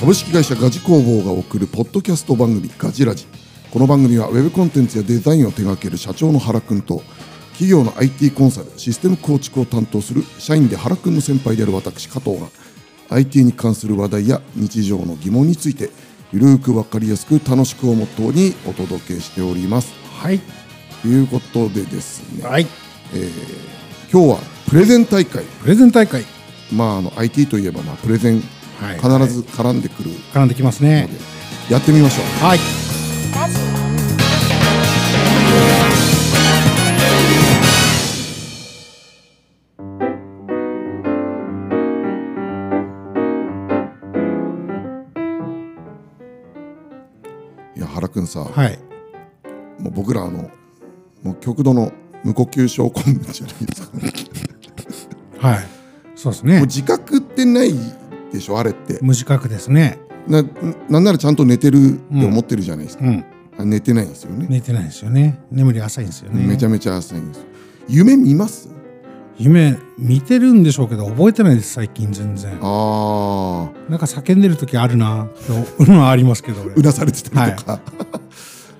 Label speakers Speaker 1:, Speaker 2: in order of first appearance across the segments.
Speaker 1: 株式会社ガジ工房が送るポッドキャスト番組ガジラジこの番組はウェブコンテンツやデザインを手掛ける社長の原くんと企業の IT コンサルシステム構築を担当する社員で原くんの先輩である私加藤が IT に関する話題や日常の疑問についてゆるーく分かりやすく楽しくをモットーにお届けしております
Speaker 2: はい
Speaker 1: ということでですね
Speaker 2: はい
Speaker 1: 今日はプレゼン大会
Speaker 2: プレゼン大会
Speaker 1: まああの IT といえばまあプレゼン
Speaker 2: はい
Speaker 1: 必ず絡んでくるの
Speaker 2: 絡んできますね
Speaker 1: でやってみましょう
Speaker 2: はい
Speaker 1: いや原くんさ、
Speaker 2: はい
Speaker 1: もう僕らあのもう極度の無呼吸症候群じゃないですか、
Speaker 2: はいそうです
Speaker 1: もう
Speaker 2: ね
Speaker 1: 自覚ってないでしょあれって
Speaker 2: 無自覚ですね
Speaker 1: ななんならちゃんと寝てるって思ってるじゃないですか、
Speaker 2: うん
Speaker 1: あ寝てないんですよね
Speaker 2: 寝てないですよね眠り浅いんですよね
Speaker 1: めちゃめちゃ浅いんですよ夢見ます
Speaker 2: 夢見てるんでしょうけど覚えてないです最近全然
Speaker 1: ああ
Speaker 2: なんか叫んでる時あるなっていうのはありますけど俺
Speaker 1: う なされてたりとか、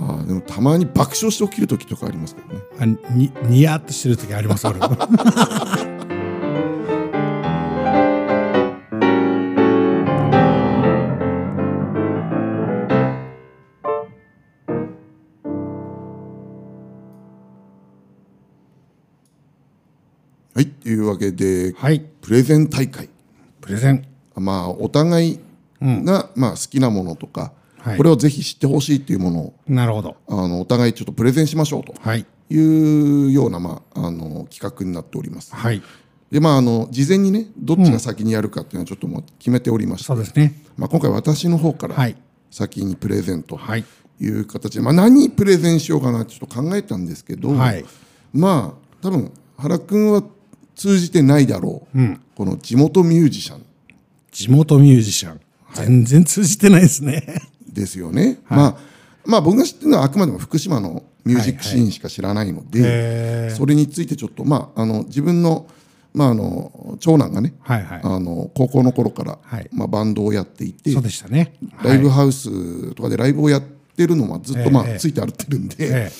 Speaker 1: あーでもたまに爆笑して起きる時とかありますけどね
Speaker 2: あにニヤっとしてる時あります 俺は
Speaker 1: はいというわけで
Speaker 2: い
Speaker 1: プレゼン大会
Speaker 2: プレゼン
Speaker 1: まあお互いが、まあ、好きなものとか、
Speaker 2: はい
Speaker 1: これをぜひ知ってほしいっていうものを
Speaker 2: なるほど
Speaker 1: あのお互いちょっとプレゼンしましょうと
Speaker 2: はい
Speaker 1: いうような、まあ、あの企画になっております。
Speaker 2: はい
Speaker 1: でまあ、あの事前にねどっちが先にやるかっていうのはちょっともう決めておりまして、
Speaker 2: そうですね
Speaker 1: まあ、今回私の方から
Speaker 2: はい
Speaker 1: 先にプレゼンと
Speaker 2: はい
Speaker 1: いう形で、まあ、何プレゼンしようかなちょっと考えたんですけど、
Speaker 2: はい
Speaker 1: まあ多分原君は通じてないだろう、この地元ミュージシャン
Speaker 2: 地元ミュージシャン、全然通じてないですね
Speaker 1: ですよね。まあまあ、僕が知ってるのはあくまでも福島のミュージックシーンしか知らないので、
Speaker 2: へー
Speaker 1: それについてちょっと、まあ、あの自分の,、まあ、あの長男がね、
Speaker 2: はいはい
Speaker 1: あの高校の頃から、
Speaker 2: はい
Speaker 1: まあ、バンドをやっていて
Speaker 2: そうでしたね
Speaker 1: ライブハウスとかでライブをやってるのはずっと、まあ
Speaker 2: ええ
Speaker 1: ついて歩ってるんで、
Speaker 2: ええ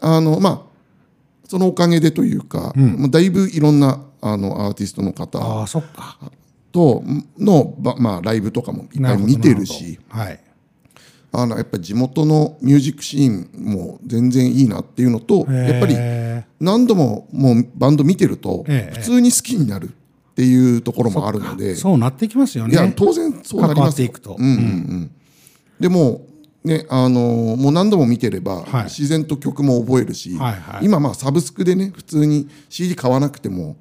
Speaker 1: あのまあ、そのおかげでというか、まあ、だいぶいろんなあのアーティストの
Speaker 2: あ
Speaker 1: 方
Speaker 2: あそっか
Speaker 1: との、ばまあ、ライブとかもいっ
Speaker 2: な
Speaker 1: ぱい
Speaker 2: るほど
Speaker 1: 見てるし。
Speaker 2: なほどはい
Speaker 1: あのやっぱ地元のミュージックシーンも全然いいなっていうのと、やっぱり
Speaker 2: え
Speaker 1: 何度ももうバンド見てると、
Speaker 2: ええ
Speaker 1: 普通に好きになるっていうところもあるので、
Speaker 2: ーそうなってきますよね
Speaker 1: いや当然そうなり
Speaker 2: 関わ
Speaker 1: ま
Speaker 2: っ
Speaker 1: す
Speaker 2: て
Speaker 1: よ
Speaker 2: いくと、
Speaker 1: でもねあのもう何度も見てれば、
Speaker 2: はい
Speaker 1: 自然と曲も覚えるし、
Speaker 2: はいはい
Speaker 1: 今まあサブスクでね普通に CD 買わなくても、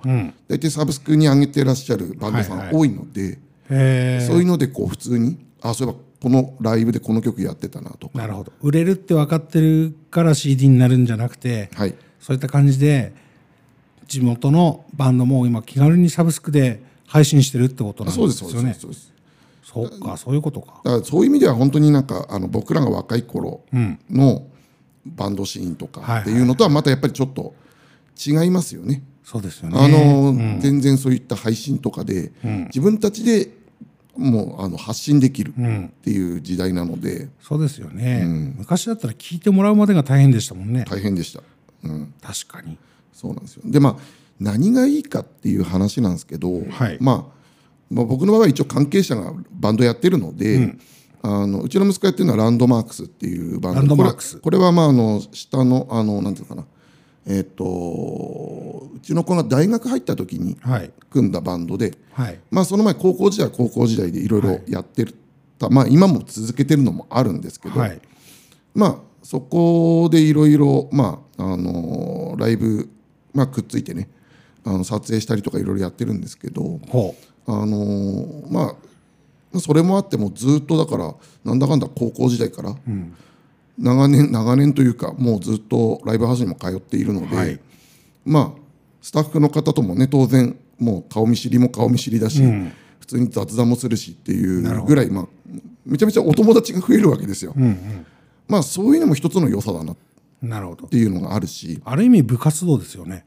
Speaker 1: 大体サブスクに上げてらっしゃるバンドさ
Speaker 2: はい
Speaker 1: ん
Speaker 2: は
Speaker 1: 多いので、
Speaker 2: えー
Speaker 1: そういうのでこう普通にあそういえばこのライブでこの曲やってたなとか。
Speaker 2: なるほど売れるって分かってるから CD になるんじゃなくて、
Speaker 1: はい
Speaker 2: そういった感じで地元のバンドも今気軽にサブスクで配信してるってことなん
Speaker 1: そう
Speaker 2: で
Speaker 1: です
Speaker 2: す
Speaker 1: そう
Speaker 2: よ
Speaker 1: ですそうで
Speaker 2: ね
Speaker 1: すそうです
Speaker 2: そうかそういうことか
Speaker 1: だからそういう意味では本当になんかあの僕らが若い頃のバンドシーンと
Speaker 2: はい
Speaker 1: かっていうのとはまたやっぱりちょっと違いますよね。
Speaker 2: そうですよね
Speaker 1: あの全然そういった配信とかで自分たちでもうあの発信できるっていう時代なので
Speaker 2: そうですよね、昔だったら聞いてもらうまでが大変でしたもんね
Speaker 1: 大変でした。うん、
Speaker 2: 確かに
Speaker 1: そうなんですよでまあ何がいいかっていう話なんですけど、
Speaker 2: はい
Speaker 1: まあ、まあ僕の場合は一応関係者がバンドやってるので、うあのうちの息子やってるのはランドマークスっていうバンド
Speaker 2: ランドマークス
Speaker 1: これこれはまああの下のあのなんていうのかなえっ、とうちの子が大学入った時に
Speaker 2: はい
Speaker 1: 組んだバンドで、
Speaker 2: はい
Speaker 1: まあその前高校時代は高校時代でいろいろやってた、まあ今も続けてるのもあるんですけど、
Speaker 2: はい
Speaker 1: まあそこでいろいろまああのーライブ、まあ、くっついてねあの撮影したりとかいろいろやってるんですけど
Speaker 2: ほう
Speaker 1: あのーまあまあそれもあってもうずっとだからなんだかんだ高校時代から長年長年というかもうずっとライブハウスにも通っているので、
Speaker 2: はい
Speaker 1: まあスタッフの方ともね当然もう顔見知りも顔見知りだし、普通に雑談もするしっていうぐらい、まあ、めちゃめちゃお友達が増えるわけですよ。まあそういうのも一つの良さだなっ
Speaker 2: なるほど
Speaker 1: ていうのがあるし、
Speaker 2: ある意味部活動ですよね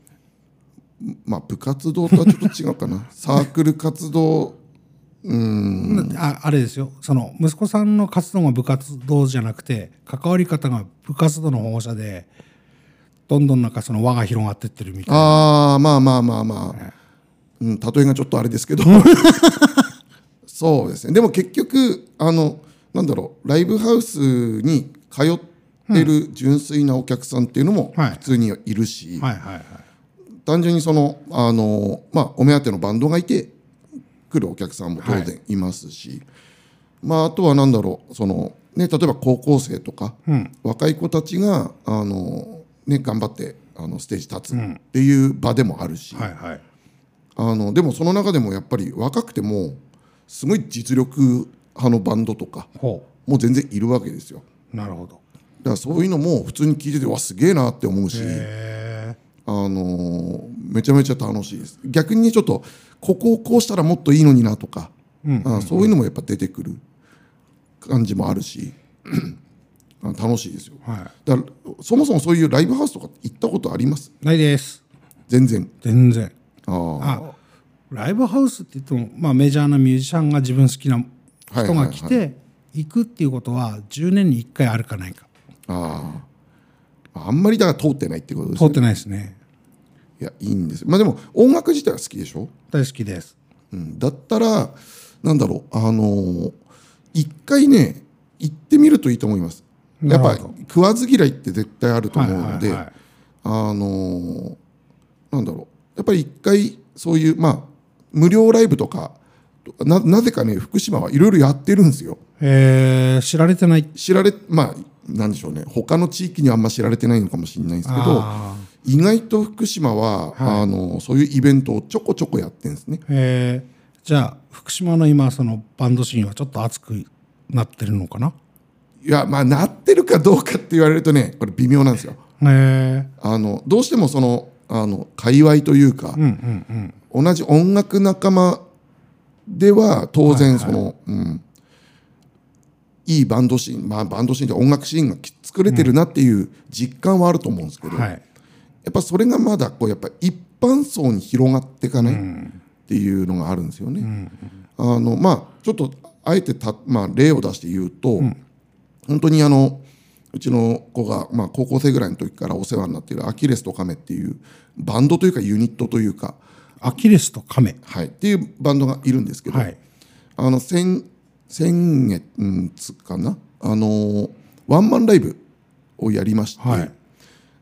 Speaker 1: まあ、部活動とはちょっと違うかなサークル活動うん
Speaker 2: ああれですよその息子さんの活動が部活動じゃなくて関わり方が部活動の保護者でどんどんなんかその輪が広がってってるみたいな
Speaker 1: ああまあまあまあまあ、うん、例えがちょっとあれです けどそうですねでも結局あのなんだろうライブハウスに通ってる純粋なお客さんっていうのも
Speaker 2: はい
Speaker 1: 普通にいるし、
Speaker 2: はいはいはい
Speaker 1: 単純にそのあの、まあ、お目当てのバンドがいて来るお客さんも当
Speaker 2: は
Speaker 1: 然いますし、まあ、あとはなんだろうその、ね、例えば高校生とか、
Speaker 2: うん
Speaker 1: 若い子たちがあの、ね、頑張ってあのステージ立つっていう場でもあるし、
Speaker 2: はいはい
Speaker 1: あのでもその中でもやっぱり若くてもすごい実力派のバンドとか
Speaker 2: ほ
Speaker 1: もう全然いるわけですよ
Speaker 2: うなるほど
Speaker 1: だからそういうのも普通に聞いててわすげえなって思うし、
Speaker 2: へ
Speaker 1: あのーめちゃめちゃ楽しいです逆にちょっとここをこうしたらもっといいのになとか、
Speaker 2: うんうんうん
Speaker 1: あそういうのもやっぱ出てくる感じもあるし あ楽しいですよ
Speaker 2: えは
Speaker 1: だからそもそもそういうライブハウスとか行ったことあります
Speaker 2: いないです
Speaker 1: 全然
Speaker 2: 全然
Speaker 1: あー
Speaker 2: あライブハウスって言っても、まあ、メジャーなミュージシャンが自分好きな人が来て行くっていうことは10年に1回あるかないか
Speaker 1: あーあんまりだから通ってないってことです
Speaker 2: 通
Speaker 1: ね
Speaker 2: ってないですね
Speaker 1: いやいいんですまあでも音楽自体は好きでしょ、
Speaker 2: 大好きです
Speaker 1: うん、だったらなんだろうあのー一回ね行ってみるといいと思いますやっ
Speaker 2: な
Speaker 1: ぱ
Speaker 2: るほど
Speaker 1: 食わず嫌いって絶対あると思うので、
Speaker 2: はいはいはい
Speaker 1: あのーなんだろうやっぱり一回そういうまあ無料ライブとかななぜかね福島はいろいろやってるんですよ
Speaker 2: えー、知られてない
Speaker 1: 知られまあなんでしょうね他の地域にはあんま知られてないのかもしれないんですけど
Speaker 2: あ
Speaker 1: 意外と福島は、あのそういうイベントをちょこちょこやってるんですね。
Speaker 2: ーえーじゃあ福島の今そのバンドシーンはちょっと熱くなってるのかない
Speaker 1: やまあなってるかどうかって言われるとねこれ微妙なんですよ。
Speaker 2: え
Speaker 1: あのどうしてもそのあの界隈というか
Speaker 2: ー、う、んうんうん
Speaker 1: 同じ音楽仲間では当然その、いいうん、いいバンドシーン、まあ、バンドシーンって音楽シーンがき作れてるなっていう実感はあると思うんですけど、
Speaker 2: はい
Speaker 1: やっぱそれがまだこうやっぱ一般層に広がっていかないっていうのがあるんですよね。あのまあちょっとあえてた、まあ、例を出して言うと、本当にあのうちの子が、まあ、高校生ぐらいの時からお世話になっているアキレスとカメっていうバンドというかユニットというか、
Speaker 2: アキレスとカメ
Speaker 1: はい、っていうバンドがいるんですけど、
Speaker 2: はい
Speaker 1: あの先先月うんつかなあのーワンマンライブをやりまして、
Speaker 2: はい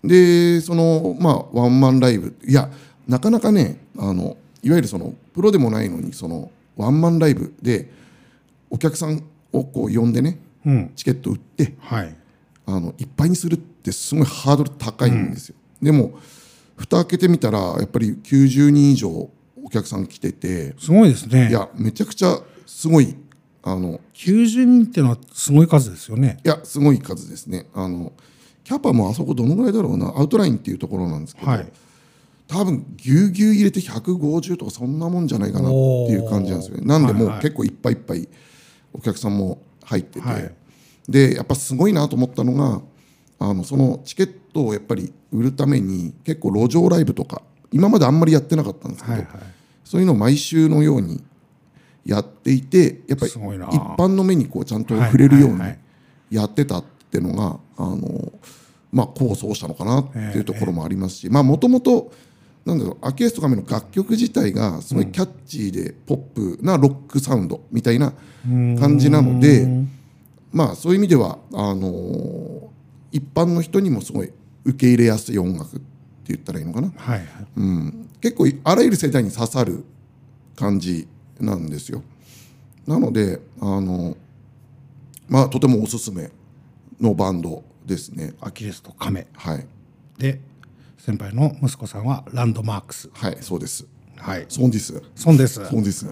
Speaker 1: でそのまあワンマンライブいやなかなかねあのいわゆるそのプロでもないのにそのワンマンライブでお客さんをこう呼んでね
Speaker 2: うん
Speaker 1: チケット売って
Speaker 2: はい
Speaker 1: あのいっぱいにするってすごいハードル高いんですよ、でも蓋開けてみたらやっぱり90人以上お客さん来てて
Speaker 2: すごいですね
Speaker 1: いやめちゃくちゃすごいあの
Speaker 2: 90人ってのはすごい数ですよね
Speaker 1: いやすごい数ですねあのキャパもあそこどのぐらいだろうなアウトラインっていうところなんですけど、
Speaker 2: はい
Speaker 1: 多分ぎゅうぎゅう入れて150とかそんなもんじゃないかなっていう感じなんですよねなんでもう
Speaker 2: はいはい
Speaker 1: 結構いっぱいいっぱいお客さんも入ってて、
Speaker 2: はい
Speaker 1: でやっぱすごいなと思ったのがあのそのチケットをやっぱり売るために結構路上ライブとか今まであんまりやってなかったんですけど、
Speaker 2: はいはい
Speaker 1: そういうのを毎週のようにやっていてやっぱり
Speaker 2: すごいな
Speaker 1: 一般の目にこうちゃんと触れるように
Speaker 2: はいはい
Speaker 1: やってたってのがあの、まあ、功を奏したのかなっていうところもありますしもともとなんだろうアキレスとカメの楽曲自体がすごいキャッチーでポップなロックサウンドみたいな感じなのでまあそういう意味ではあの一般の人にもすごい受け入れやすい音楽って言ったらいいのかな。
Speaker 2: はいはい
Speaker 1: うん、結構いあらゆる世代に刺さる感じなんですよなのであのまあとてもおすすめのバンドですね
Speaker 2: アキレスとカメ
Speaker 1: はい
Speaker 2: で先輩の息子さんはランドマークス
Speaker 1: はいそうです
Speaker 2: はい
Speaker 1: そうです
Speaker 2: そうです
Speaker 1: そうです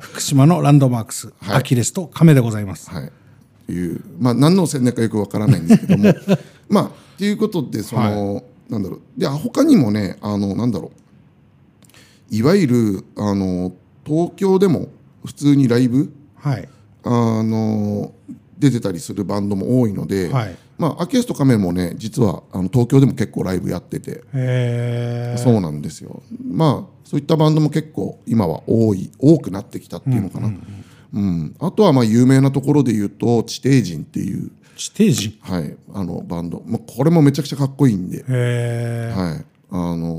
Speaker 2: 福島のランドマークス、
Speaker 1: はい
Speaker 2: アキレスとカメでございます。
Speaker 1: はいっていうまあ何の戦略かよくわからないんですけどもまあということでその、なんだろうであ他にもねあのなんだろういわゆるあの東京でも普通にライブ
Speaker 2: はい。
Speaker 1: あの出てたりするバンドも多いので、
Speaker 2: はい
Speaker 1: まあ、アキエスとカメもね実はあの東京でも結構ライブやってて、
Speaker 2: へえ
Speaker 1: そうなんですよまあそういったバンドも結構今は多い多くなってきたっていうのかな、うんあとはまあ有名なところで言うと地底人っていう、
Speaker 2: 地底人
Speaker 1: はい、あのバンド、まあ、これもめちゃくちゃかっこいいんで、
Speaker 2: へえ
Speaker 1: はいあの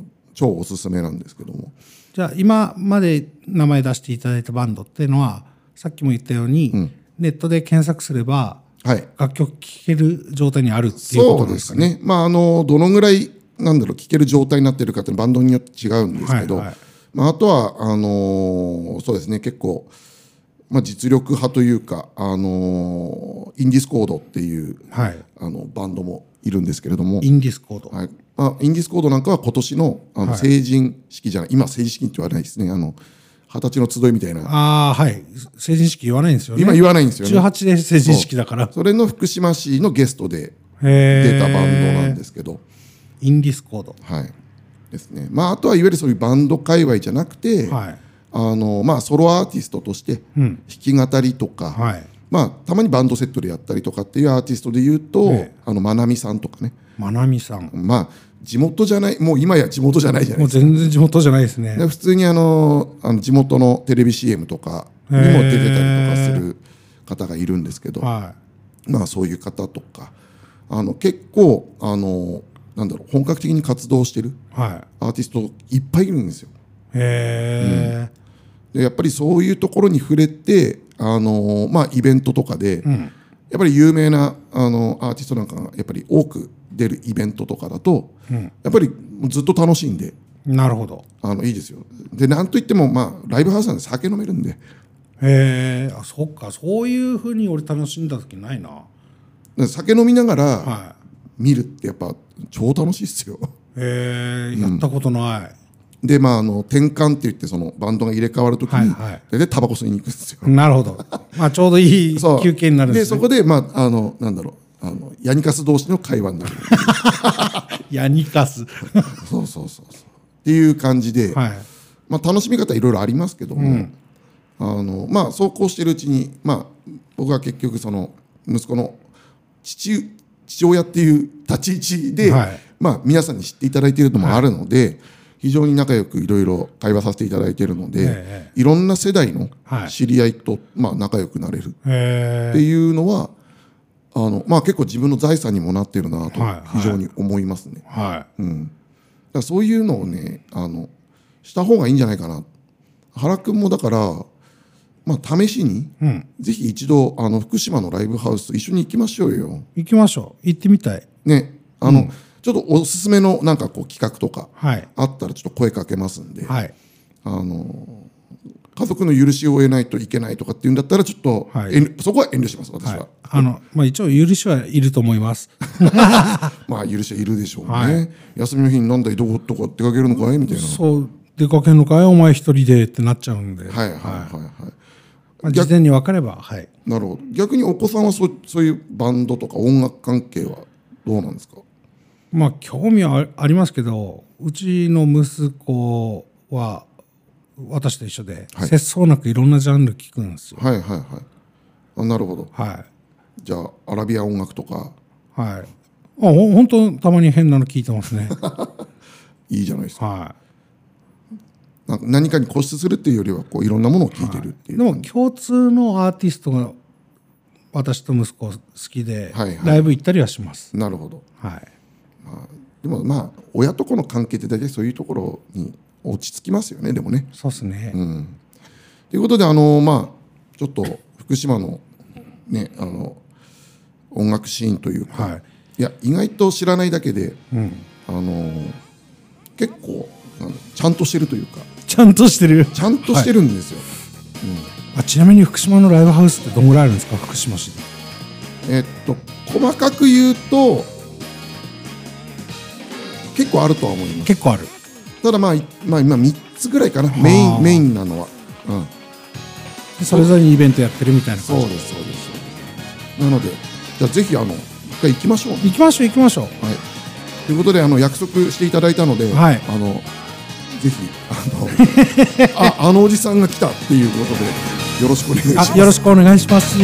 Speaker 1: ー超おすすめなんですけども
Speaker 2: じゃあ今まで名前出していただいたバンドっていうのはさっきも言ったように、ネットで検索すれば
Speaker 1: はい
Speaker 2: 楽曲聴ける状態にあるっていうこ
Speaker 1: そ
Speaker 2: と
Speaker 1: う
Speaker 2: で
Speaker 1: ですす
Speaker 2: かね
Speaker 1: ねまああのどのぐらいなんだろう聴ける状態になってるかってバンドによって違うんですけど、
Speaker 2: はいはい
Speaker 1: まあ、あとはあのーそうですね結構、まあ、実力派というか、あのーインディスコードっていう、
Speaker 2: はい
Speaker 1: あのバンドもいるんですけれども
Speaker 2: インディスコード、
Speaker 1: はいまあ、インディスコードなんかは今年のあの成人式じゃない、今成人式って言われないですねあの二十歳の集いみたいな
Speaker 2: ああはい成人式言わないんですよね
Speaker 1: 今言わないんですよね
Speaker 2: 18で成人式だから
Speaker 1: それの福島市のゲストで
Speaker 2: 出
Speaker 1: 出たバンドなんですけど、
Speaker 2: インディスコード
Speaker 1: はいですねまあ、あとはいわゆるそういうバンド界隈じゃなくて、
Speaker 2: はい
Speaker 1: あのまあ、ソロアーティストとして弾き語りとか、
Speaker 2: はい
Speaker 1: まあ、たまにバンドセットでやったりとかっていうアーティストでいうと、
Speaker 2: え
Speaker 1: あのまなみさんとかね、
Speaker 2: まなみさん
Speaker 1: まあ、地元じゃないもう今や地元じゃないじゃない
Speaker 2: もう
Speaker 1: ですか
Speaker 2: 全然地元じゃないですね
Speaker 1: で普通にあのあの地元のテレビ CM とかにも出てたりとかする方がいるんですけど、
Speaker 2: は
Speaker 1: まあ、そういう方とかあの結構あのなんだろう本格的に活動してる
Speaker 2: いは
Speaker 1: アーティストいっぱいいるんですよ。
Speaker 2: いへえ、
Speaker 1: でやっぱりそういうところに触れて、あのまあ、イベントとかで、やっぱり有名な、あのアーティストなんかがやっぱり多く出るイベントとかだと、やっぱりずっと楽しんで
Speaker 2: なるほど
Speaker 1: あのいいですよでなんといっても、まあ、ライブハウスなんで酒飲めるんで
Speaker 2: へえあそっかそういうふうに俺楽しんだ時ないな
Speaker 1: で酒飲みながら
Speaker 2: は
Speaker 1: 見るってやっぱ超楽しいっすよ。
Speaker 2: いへえやったことない、
Speaker 1: でまあ、あの転換って言ってそのバンドが入れ替わるときに、
Speaker 2: はいはい
Speaker 1: でタバコ吸いに行くんですよ。
Speaker 2: なる ほどまあちょうどいい
Speaker 1: そう
Speaker 2: 休憩になるんです
Speaker 1: そ
Speaker 2: ね
Speaker 1: こで、まあ、あのなんだろうあのヤニカス同士の会話になる
Speaker 2: ヤニ カス
Speaker 1: そうそうそうそうっていう感じで、
Speaker 2: はい
Speaker 1: まあ、楽しみ方いろいろありますけども、あのまあ、そうこうしてるうちに、まあ、僕は結局その息子の父父親っていう立ち位置で、
Speaker 2: はい
Speaker 1: まあ、皆さんに知っていただいているのもあるので、非常に仲良くいろいろ会話させていただいているので、
Speaker 2: え
Speaker 1: いろんな世代の
Speaker 2: はい
Speaker 1: 知り合いと、まあ、仲良くなれるっ
Speaker 2: へ
Speaker 1: ていうのはあの、まあ、結構自分の財産にもなってるなと
Speaker 2: はいはい
Speaker 1: 非常に思いますね。
Speaker 2: えはい、
Speaker 1: だからそういうのをねあのした方がいいんじゃないかな原くんもだから、まあ、試しに、ぜひ一度あの福島のライブハウス一緒に行きましょうよ。
Speaker 2: 行きましょう行ってみたい
Speaker 1: ねあの、ちょっとおすすめのなんかこう企画とか
Speaker 2: はい
Speaker 1: あったらちょっと声かけますんで、
Speaker 2: はい
Speaker 1: あの家族の許しを得ないといけないとかっていうんだったらちょっと、
Speaker 2: はい
Speaker 1: 遠慮そこは遠慮します私は、
Speaker 2: はい、あの、まあ、一応許しはいると思います。
Speaker 1: まあ許しはいるでしょうね、
Speaker 2: はい
Speaker 1: 休みの日になんだいどことか出かけるのかいみたいな
Speaker 2: そう、出かけんのかい、お前一人でってなっちゃうんで。
Speaker 1: はいはいはいはい
Speaker 2: まあ、事前に分かれば、はい。
Speaker 1: なるほど逆にお子さんはそうそういうバンドとか音楽関係はどうなんですか
Speaker 2: まあ、興味はあありますけど、うちの息子は。私と一緒で、
Speaker 1: はい
Speaker 2: 節操なくいろんなジャンル聞くんですよ。
Speaker 1: はいはいはいあなるほど
Speaker 2: は
Speaker 1: じゃあアラビア音楽とか
Speaker 2: い。はい。あ、ほ本当たまに変なの聞いてま すね。
Speaker 1: いいじゃないですか
Speaker 2: は
Speaker 1: なんか何かに固執するっていうよりはこういろんなものを聴いてるって
Speaker 2: い。
Speaker 1: い
Speaker 2: で
Speaker 1: う、
Speaker 2: も、共通のアーティストが。私と息子好きで、
Speaker 1: はいはい
Speaker 2: ライブ行ったりはします。
Speaker 1: なるほど
Speaker 2: はい。
Speaker 1: でもまあ親と子の関係って大体そういうところに落ち着きますよねでもね
Speaker 2: そうですね。
Speaker 1: ということであのまあちょっと福島のねあの音楽シーンというか、
Speaker 2: はい
Speaker 1: い、や意外と知らないだけで、あの結構なんだちゃんとしてるというか
Speaker 2: ちゃんとしてる
Speaker 1: ちゃんとしてるんですよ、
Speaker 2: あちなみに福島のライブハウスってどんぐらいあるんですか福島市で
Speaker 1: えっと細かく言うと結構あるとは思います
Speaker 2: 結構ある
Speaker 1: ただまあ、いまあ、今3つぐらいかなメイ
Speaker 2: はあ
Speaker 1: ンメインなのは、うん、
Speaker 2: でそれぞれにイベントやってるみたいな
Speaker 1: そう
Speaker 2: 感じ
Speaker 1: ですそうですなのでじゃあぜひあの一回行きましょうね
Speaker 2: 行きましょう行きましょう
Speaker 1: はい、ということであの約束していただいたので、
Speaker 2: はい
Speaker 1: あのぜひ あのああのおじさんが来たっていうことでよろしくお願いしま
Speaker 2: あ
Speaker 1: す
Speaker 2: よろ。しくお願いします